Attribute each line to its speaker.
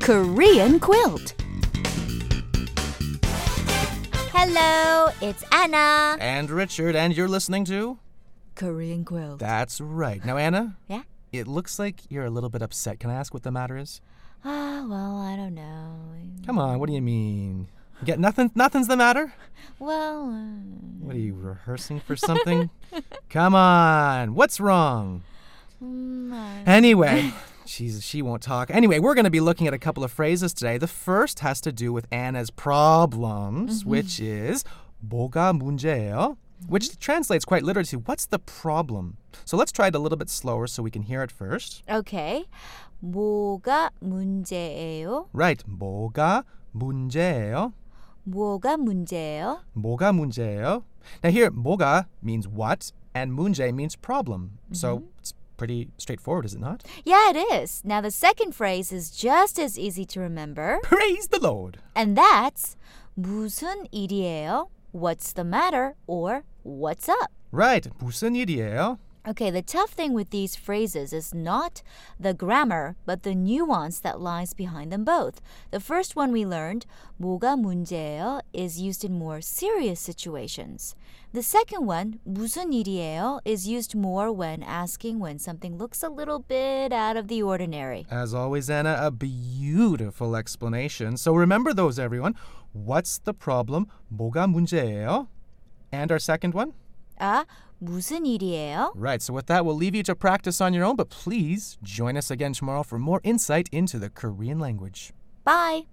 Speaker 1: Korean quilt.
Speaker 2: Hello, it's Anna.
Speaker 3: And Richard, and you're listening to?
Speaker 1: Korean quilt.
Speaker 3: That's right. Now, Anna,
Speaker 2: Yeah?
Speaker 3: it looks like you're a little bit upset. Can I ask what the matter is?
Speaker 2: Ah, well, I don't know.
Speaker 3: Come on, what do you mean? You get nothing? Nothing's the matter?
Speaker 2: Well, uh,
Speaker 3: What are you rehearsing for something? Come on, what's wrong?
Speaker 2: mm, I-
Speaker 3: Anyway, Jesus, she won't talk. Anyway, we're going to be looking at a couple of phrases today. The first has to do with Anna's problems,
Speaker 2: Mm-hmm.
Speaker 3: which is 뭐가 문제예요? Which translates quite literally to what's the problem? So let's try it a little bit slower so we can hear it first.
Speaker 2: uh, okay. 뭐가 문제예요?
Speaker 3: Right. 뭐가 문제예요?
Speaker 2: 뭐가 문제예요?
Speaker 3: 뭐가 문제예요? Now here, 뭐가 means what and 문제 means problem. So it's pretty straightforward, is it not?
Speaker 2: Yeah, it is. Now, the second phrase is just as easy to remember,
Speaker 3: Praise the Lord.
Speaker 2: and that's 무슨 일이에요? What's the matter? or What's up?
Speaker 3: Right. 무슨 일이에요?
Speaker 2: Okay, the tough thing with these phrases is not the grammar, but the nuance that lies behind them both. The first one we learned, 뭐가 문제예요, is used in more serious situations. The second one, 무슨 일이에요, is used more when asking when something looks a little bit out of the ordinary.
Speaker 3: As always, Anna, a beautiful explanation. So remember those, everyone. What's the problem? 뭐가 문제예요? And our second one?
Speaker 2: 아, 무슨 일이에요?
Speaker 3: Right, so with that, we'll leave you to practice on your own, but please join us again tomorrow for more insight into the Korean language.
Speaker 2: Bye!